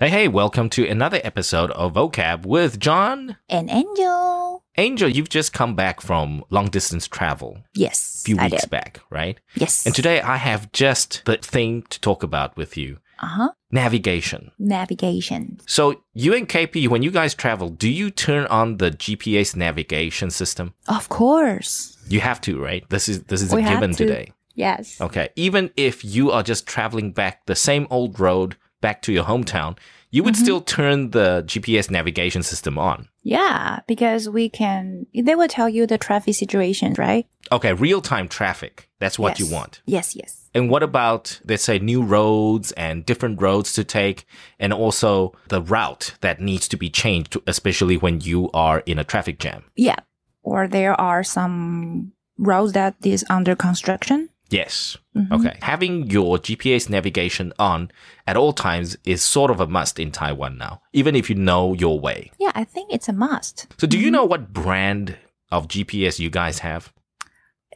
Hey, hey, welcome to another episode of Vocab with John. An angel. Angel, you've just come back from long distance travel Yes. a few I weeks did. back, right? Yes. And today I have just the thing to talk about with you uh huh. navigation. Navigation. So, you and KP, when you guys travel, do you turn on the GPS navigation system? Of course. You have to, right? This is this is We a have given to. today. Yes. Okay. Even if you are just traveling back the same old road back to your hometown, you would Mhm. still turn the GPS navigation system on. Yeah, because we can. They will tell you the traffic situation, right? Okay, real time traffic. That's what you Yes. want. Yes. Yes. And what about, let's say, new roads and different roads to take, and also the route that needs to be changed, especially when you are in a traffic jam? Yeah. Or there are some roads that is under construction. Yes. Mhm. Okay. Having your GPS navigation on at all times is sort of a must in Taiwan now, even if you know your way. Yeah, I think it's a must. So, do you know what brand of GPS you guys have?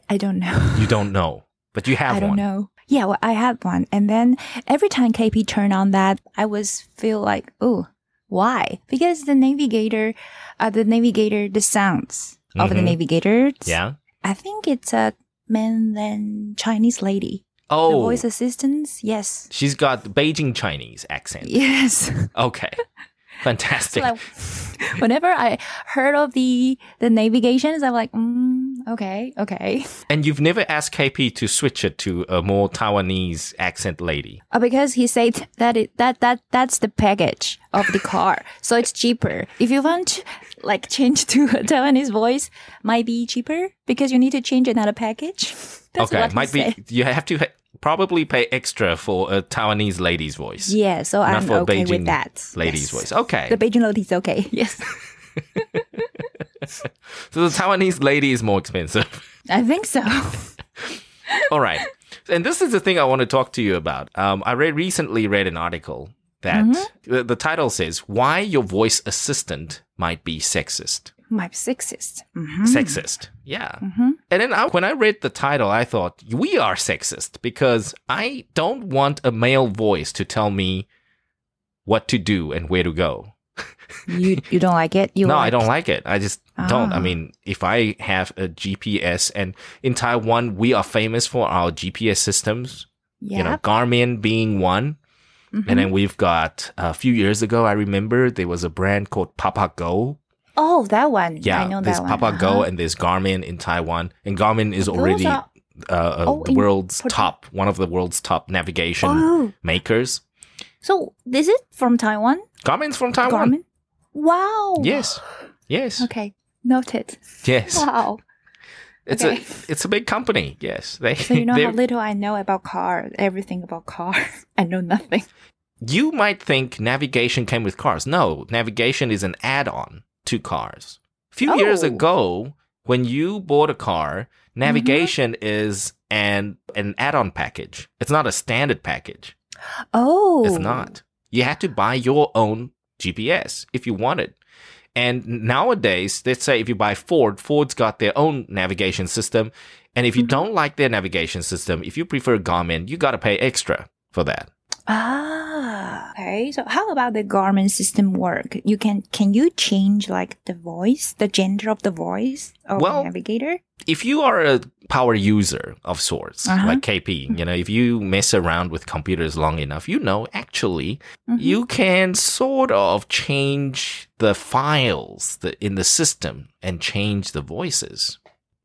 I don't know. You don't know, but you have I don't one. know. Yeah, well, I had one, and then every time KP turned on that, I was feel like, oh, why? Because the navigator, uh, the navigator, the sounds of the Mhm. navigator. Yeah. I think it's a mainland Chinese lady. The Oh, voice assistants. Yes. she's got Beijing Chinese accent. Yes. Okay. Fantastic. like, whenever I heard of the the navigations, I'm like, mm, okay, okay. And you've never asked KP to switch it to a more Taiwanese accent lady. Uh, because he said that it, that that that's the package of the car, so it's cheaper. If you want to, like change to a Taiwanese voice, might be cheaper because you need to change another package. That's okay, what he might be said. you have to ha- probably pay extra for a Taiwanese lady's voice. Yeah, so Not I'm for okay Beijing with that. Lady's Yes. voice. Okay. The Beijing lady is okay. Yes, so the Taiwanese lady is more expensive. I think so. All right. And this is the thing I want to talk to you about. Um, I read recently read an article that Mm-hmm. the, the title says why your voice assistant might be sexist. Might be sexist. Mm-hmm. Sexist. Yeah. Mm-hmm. And then I, when I read the title, I thought, we are sexist because I don't want a male voice to tell me what to do and where to go. You you don't like it? You no, like I don't like it. I just don't. I Ah. mean, if I have a GPS, and in Taiwan, we are famous for our GPS systems, Yeah. you know, Garmin being one. Mhm. And then we've got uh, a few years ago, I remember there was a brand called Papa Go. oh, that one. Yeah, I know there's that one. Papa Go Uh-huh. and there's Garmin in Taiwan, and Garmin is Those already uh, are- uh, Oh, the in world's Portu- top, one of the world's top navigation Oh, makers. so this is from Taiwan. Garmin's from Taiwan. Garmin? Wow. Yes, yes, Okay. Noted. yes. Wow. It's okay. a it's a big company. Yes, they. So you know they're- how little I know about car, everything about car. I know nothing. you might think navigation came with cars. No, navigation is an add-on to cars. A few years Oh. Mm-hmm. ago, when you bought a car, navigation is an an add-on package. It's not a standard package. Oh. It's not. You have to buy your own GPS if you want it. And nowadays, let's say if you buy Ford, Ford's got their own navigation system. And if you don't like their navigation system, if you prefer Garmin, you got to pay extra for that. Ah. Okay. So how about the Garmin system work? You can can you change like the voice, the gender of the voice of Well, the navigator? If you are a power user of sorts, Uh-huh. like KP, you know, if you mess around with computers long enough, you know, actually, Mhm. you can sort of change the files that in the system and change the voices.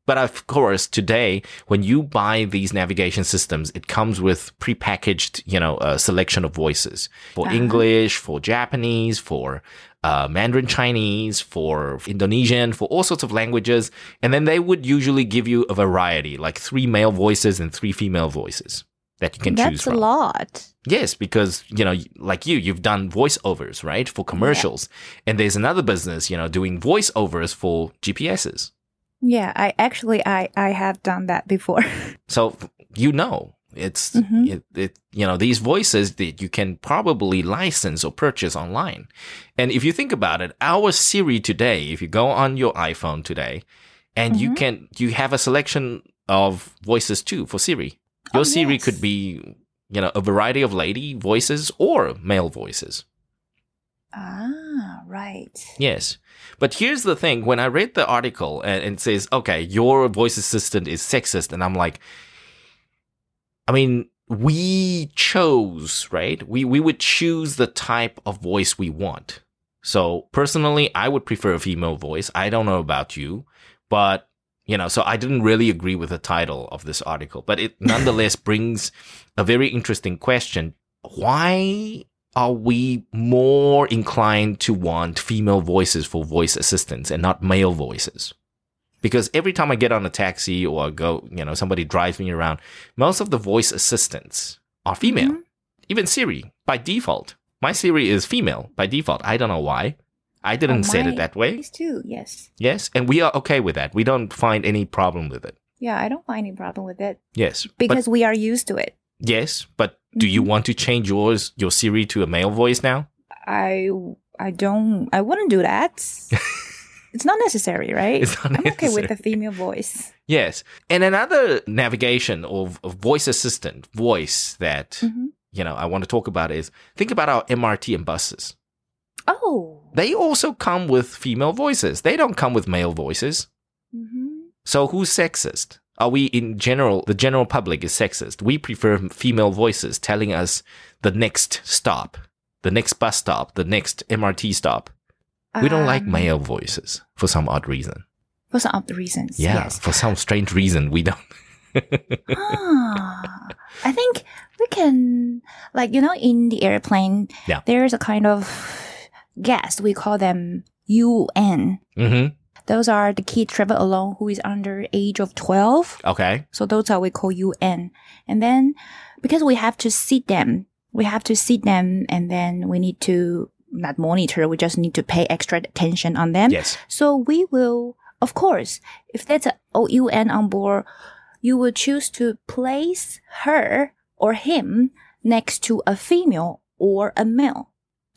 But of course, today, when you buy these navigation systems, it comes with prepackaged, you know, a selection of voices for Uh-huh. English, for Japanese, for uh, Mandarin Chinese, for Indonesian, for all sorts of languages. And then they would usually give you a variety, like three male voices and three female voices that you can choose That's from. a lot. Yes, because you know, like you, you've done voiceovers, right, for commercials, and there's another business, you know, doing voiceovers for GPSs. Yeah, I actually I I have done that before. So you know, it's Mhm. it, it, you know these voices that you can probably license or purchase online. And if you think about it, our Siri today, if you go on your iPhone today, and you Mhm. can you have a selection of voices too for Siri. Your Oh, Siri yes. could be you know a variety of lady voices or male voices. Ah, right. Yes. But here's the thing when I read the article and and it says, okay, your voice assistant is sexist, and I'm like, I mean, we chose, right? We, we would choose the type of voice we want. So personally, I would prefer a female voice. I don't know about you, but you know, so I didn't really agree with the title of this article, but it nonetheless brings a very interesting question. Why are we more inclined to want female voices for voice assistants and not male voices? Because every time I get on a taxi or go, you know, somebody drives me around, most of the voice assistants are female. Mhm. Even Siri by default. My Siri is female by default. I don't know why. I didn't Oh, set my it that way. These two, yes. Yes. And we are okay with that. We don't find any problem with it. Yeah, I don't find any problem with it Yes. But- because we are used to it. yes. But do you Mhm. want to change yours, your Siri to a male voice now? I I don't I wouldn't do that. it's not necessary, right? It's not I'm okay necessary. with the female voice. Yes. And another navigation or v- voice assistant voice that, Mhm. you know, I want to talk about is think about our MRT and buses. Oh. They also come with female voices. They don't come with male voices. Mhm. So who's sexist? Are we in general, the general public is sexist? We prefer female voices telling us the next stop, the next bus stop, the next MRT stop. We don't like Um, male voices for some odd reason. for some of the reasons. Yeah, Yes. for some strange reason, we don't. ah, I think we can, like, you know, in the airplane, Yeah. there's a kind of guest. We call them UN. hmm Those are the kids travel alone who is under age of 12. Okay. So those are we call UN. And then because we have to seat them, we have to seat them and then we need to not monitor. We just need to pay extra attention on them. Yes. So we will, of course, if that's a OUN on board, you will choose to place her or him next to a female or a male.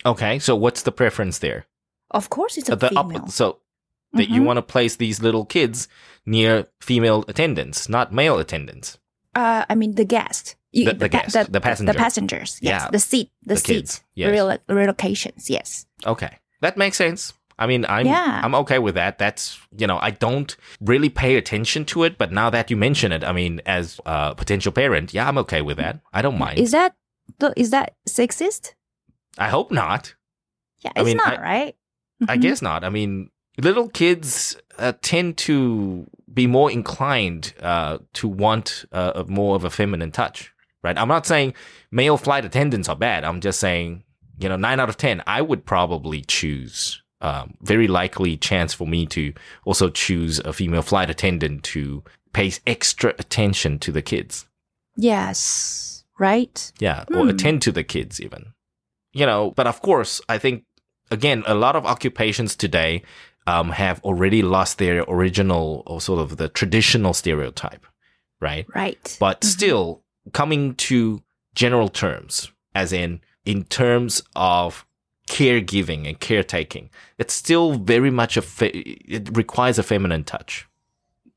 Okay. So what's the preference there? Of course, it's a Uh, the op- female. so that you Mhm. want to place these little kids near female attendants, not male attendants. uh, I mean, the guest. You- The- the pa- guest, the passenger. The passengers. Yes. Yeah. The seat. The, The seat. kids, yes. Relo- relocations. Yes. Okay. That makes sense. I mean, I'm Yeah. I'm okay with that. That's you know, I don't really pay attention to it, but now that you mention it, I mean, as a potential parent, yeah, I'm okay with that. I don't mind. Is that the, is that sexist? I hope not. Yeah, I it's mean, not I- right. I Mhm. guess not. I mean, little kids uh, tend to be more inclined uh, to want uh, a- more of a feminine touch, right? I'm not saying male flight attendants are bad. I'm just saying, you know, nine out of 10, I would probably choose. Um, very likely chance for me to also choose a female flight attendant to pay extra attention to the kids Mm-hmm. Yes. Right. yeah or Hmm. attend to the kids even you know but of course i think again a lot of occupations today um, have already lost their original or sort of the traditional stereotype right Right. but Mhm. still coming to general terms as in in terms of caregiving and caretaking it's still very much a fe- it requires a feminine touch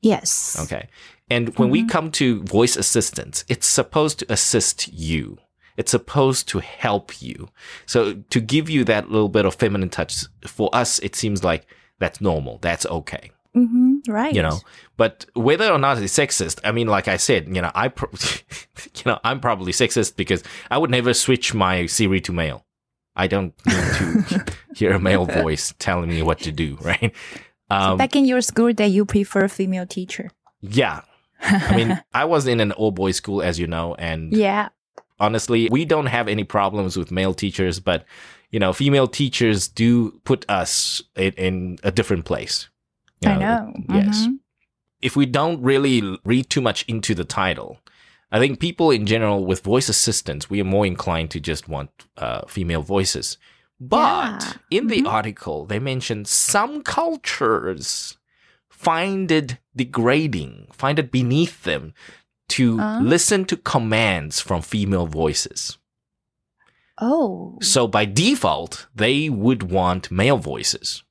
Yes. Okay. And when we Mhm. come to voice assistance, it's supposed to assist you. It's supposed to help you. So to give you that little bit of feminine touch, for us, it seems like that's normal. That's okay. hmm Right. You know, but whether or not it's sexist, I mean, like I said, you know, I, pro- you know, I'm probably sexist because I would never switch my Siri to male. I don't need to hear a male voice telling me what to do, right? Um, Back in your school day, you prefer female teacher. yeah, I mean, I was in an all boys school, as you know, and yeah. honestly, we don't have any problems with male teachers, but you know, female teachers do put us in, in a different place. You I know. Yes. Mhm. If we don't really read too much into the title, I think people in general with voice assistants, we are more inclined to just want uh, female voices. But in the Mhm. article, they mention some cultures find it degrading, find it beneath them to Ah. listen to commands from female voices. Oh. So by default, they would want male voices.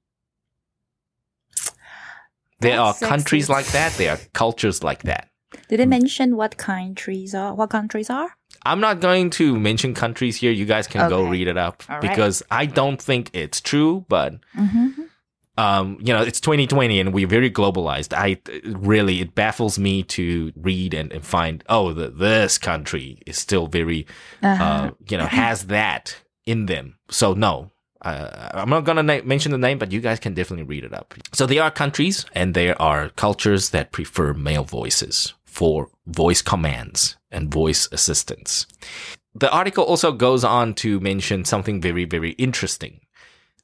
There are That's countries sexist. like that, there are cultures like that. Did they mention what countries are? What countries are? I'm not going to mention countries here. You guys can go Okay. read it up All right. because I don't think it's true, but Mhm. um, you know, it's 2020 and we're very globalized. I it really, it baffles me to read and, and find, oh, the, this country is still very, Uh-huh. uh, you know, has that in them. So, no, uh, I'm not going to na- mention the name, but you guys can definitely read it up. So, there are countries and there are cultures that prefer male voices for voice commands and voice assistance. The article also goes on to mention something very, very interesting.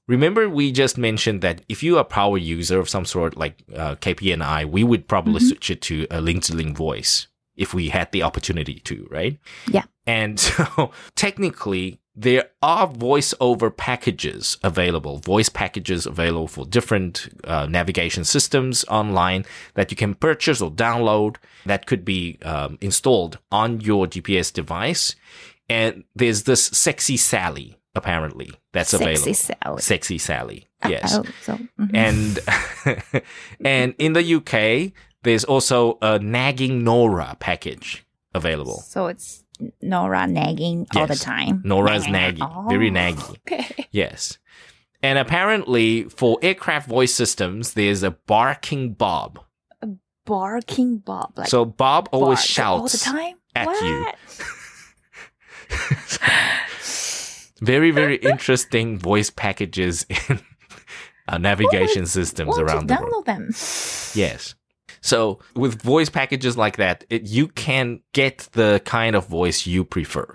Remember, we just mentioned that if you are a power user of some sort, like uh, KP and I, we would probably Mm-hmm. switch it to a link to link voice if we had the opportunity to, right? Yeah. And so, technically, there are voiceover packages available, voice packages available for different uh, navigation systems online that you can purchase or download that could be um, installed on your GPS device. And there's this sexy Sally, apparently, that's Sexy available. salad. Sexy Sally. Yes. Oh, so mhm. And and in the UK, there's also a nagging Nora package available. so it's Nora nagging all the Yes. time. Nora is Nah. naggy, very Oh, naggy. Okay. Yes. And apparently for aircraft voice systems, there's a barking Bob. Barking Bob. Like so Bob always bark all the shouts time at what? you. very, very interesting voice packages in uh, navigation systems Want around to the download world. them. Yes. So with voice packages like that, it, you can get the kind of voice you prefer.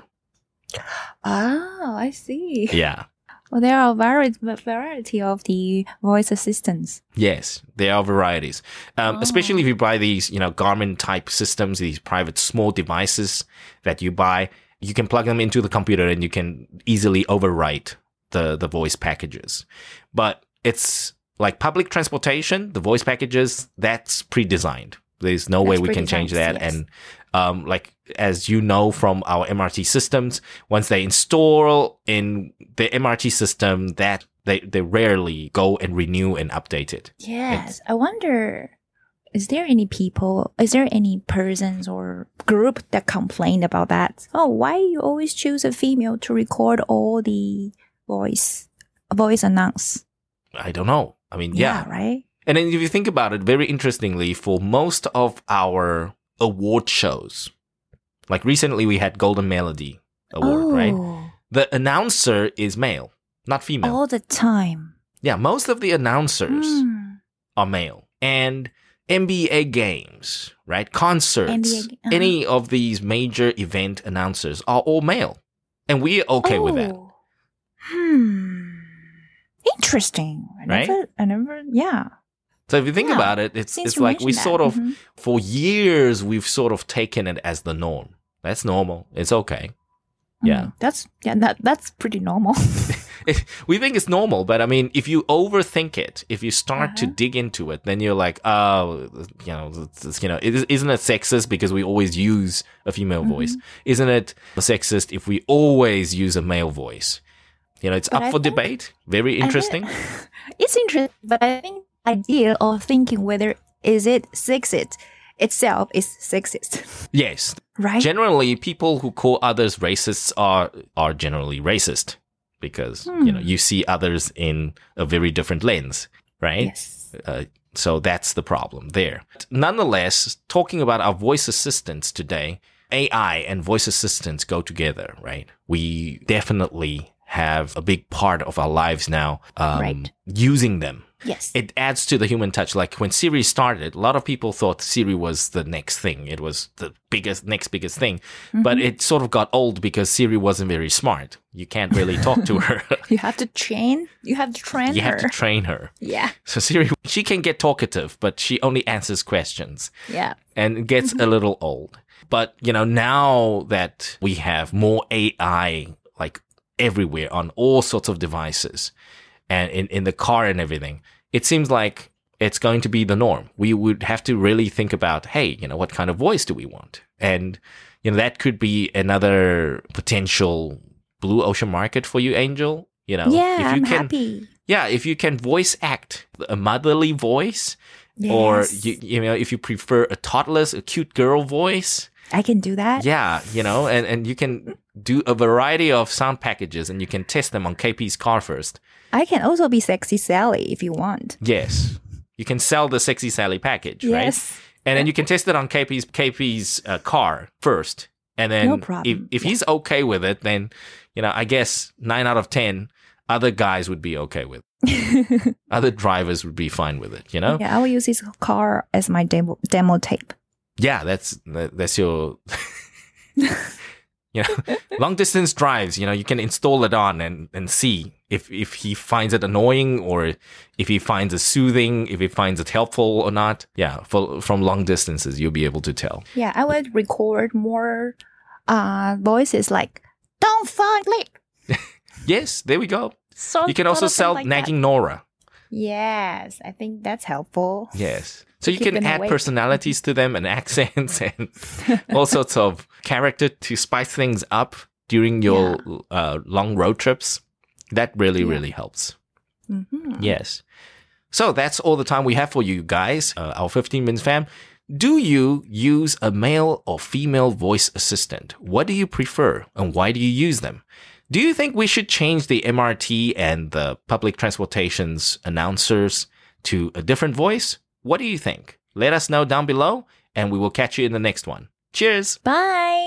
Oh, I see. Yeah. Well, there are varied variety of the voice assistants. Yes, there are varieties. Um, Especially if Oh. you buy these, you know, Garmin type systems, these private small devices that you buy, you can plug them into the computer and you can easily overwrite the, the voice packages. But it's like public transportation, the voice packages, that's pre-designed. There's no way That's we can change that. pre-designed, yes. And um, like as you know from our MRT systems, once they install in the MRT system, that they, they rarely go and renew and update it. Yes, I wonder. Is there any people? Is there any persons or group that complained about that? Oh, why you always choose a female to record all the voice voice announce? I don't know. I mean, yeah. right. And then if you think about it, very interestingly, for most of our award shows, like recently we had Golden Melody Award, oh, right? The announcer is male, not female. all the time. Yeah, most of the announcers Oh. Hmm. are male. And NBA games, right? Concerts, NBA uh-huh. any of these major event announcers are all male. And we're okay with that. Oh. Hmm. Interesting. I Right? Never, I never. Yeah. So if you think Yeah. about it, it's, Since it's you like we mentioned sort that. of Mhm. for years we've sort of taken it as the norm. That's normal. It's okay. Yeah. Mm, that's yeah. That that's pretty normal. we think it's normal, but I mean, if you overthink it, if you start to Uh-huh. dig into it, then you're like, oh, you know, it's, it's- you know, it, isn't it sexist because we always use a female Mm-hmm. voice? Isn't it sexist if we always use a male voice? You know, it's But up I for think- debate. Very I interesting. think- it's interesting, but I think idea of thinking whether is it sexist itself is sexist, yes, right? generally people who call others racists are are generally racist because you know Hmm. you see others in a very different lens right yes. uh, so that's the problem there nonetheless talking about our voice assistants today ai and voice assistants go together right we definitely have a big part of our lives now um, Right. using them Yes. it adds to the human touch. Like when Siri started, a lot of people thought Siri was the next thing. It was the biggest, next biggest thing. But it sort of got old because Siri wasn't very smart. You can't really talk to her. you have to train. You have to train you her. have to train her. yeah. So Siri, she can get talkative, but she only answers questions Yeah. and it gets Mm-hmm. a little old. But you know, now that we have more AI like everywhere on all sorts of devices and in, in the car and everything, it seems like it's going to be the norm. We would have to really think about, hey, you know, what kind of voice do we want? And you know, that could be another potential blue ocean market for you, Angel. You know, yeah. if you I'm can, happy. yeah, if you can voice act a motherly voice, or Yes. you, you know if you prefer a toddler's a cute girl voice I can do that. Yeah, you know, and, and you can do a variety of sound packages and you can test them on KP's car first. I can also be sexy Sally if you want. Yes. You can sell the Sexy Sally package, right? Yes. And then you can test it on KP's KP's uh, car first. And then No if, problem. if he's okay with it, then, you know, I guess nine out of 10 other guys would be okay with it. Other drivers would be fine with it, you know? Yeah, I will use his car as my demo, demo tape. yeah, that's that- that's your you know long distance drives. You know, you can install it on and and see if if he finds it annoying or if he finds it soothing, if he finds it helpful or not. Yeah, for from long distances, you'll be able to tell. Yeah, I would record more uh, voices like, don't fall asleep. Yes, there we go. So You can also sell nagging Nora. Yes, I think that's helpful. Yes. So you Keep can them add awake. personalities to them and accents and all sorts of character to spice things up during your uh, long road trips. That really, Yeah. really helps. Mhm. Yes. So that's all the time we have for you guys, uh, our 15 minutes fam. Do you use a male or female voice assistant? What do you prefer and why do you use them? Do you think we should change the MRT and the public transportation's announcers to a different voice? What do you think? Let us know down below and we will catch you in the next one. Cheers. Bye.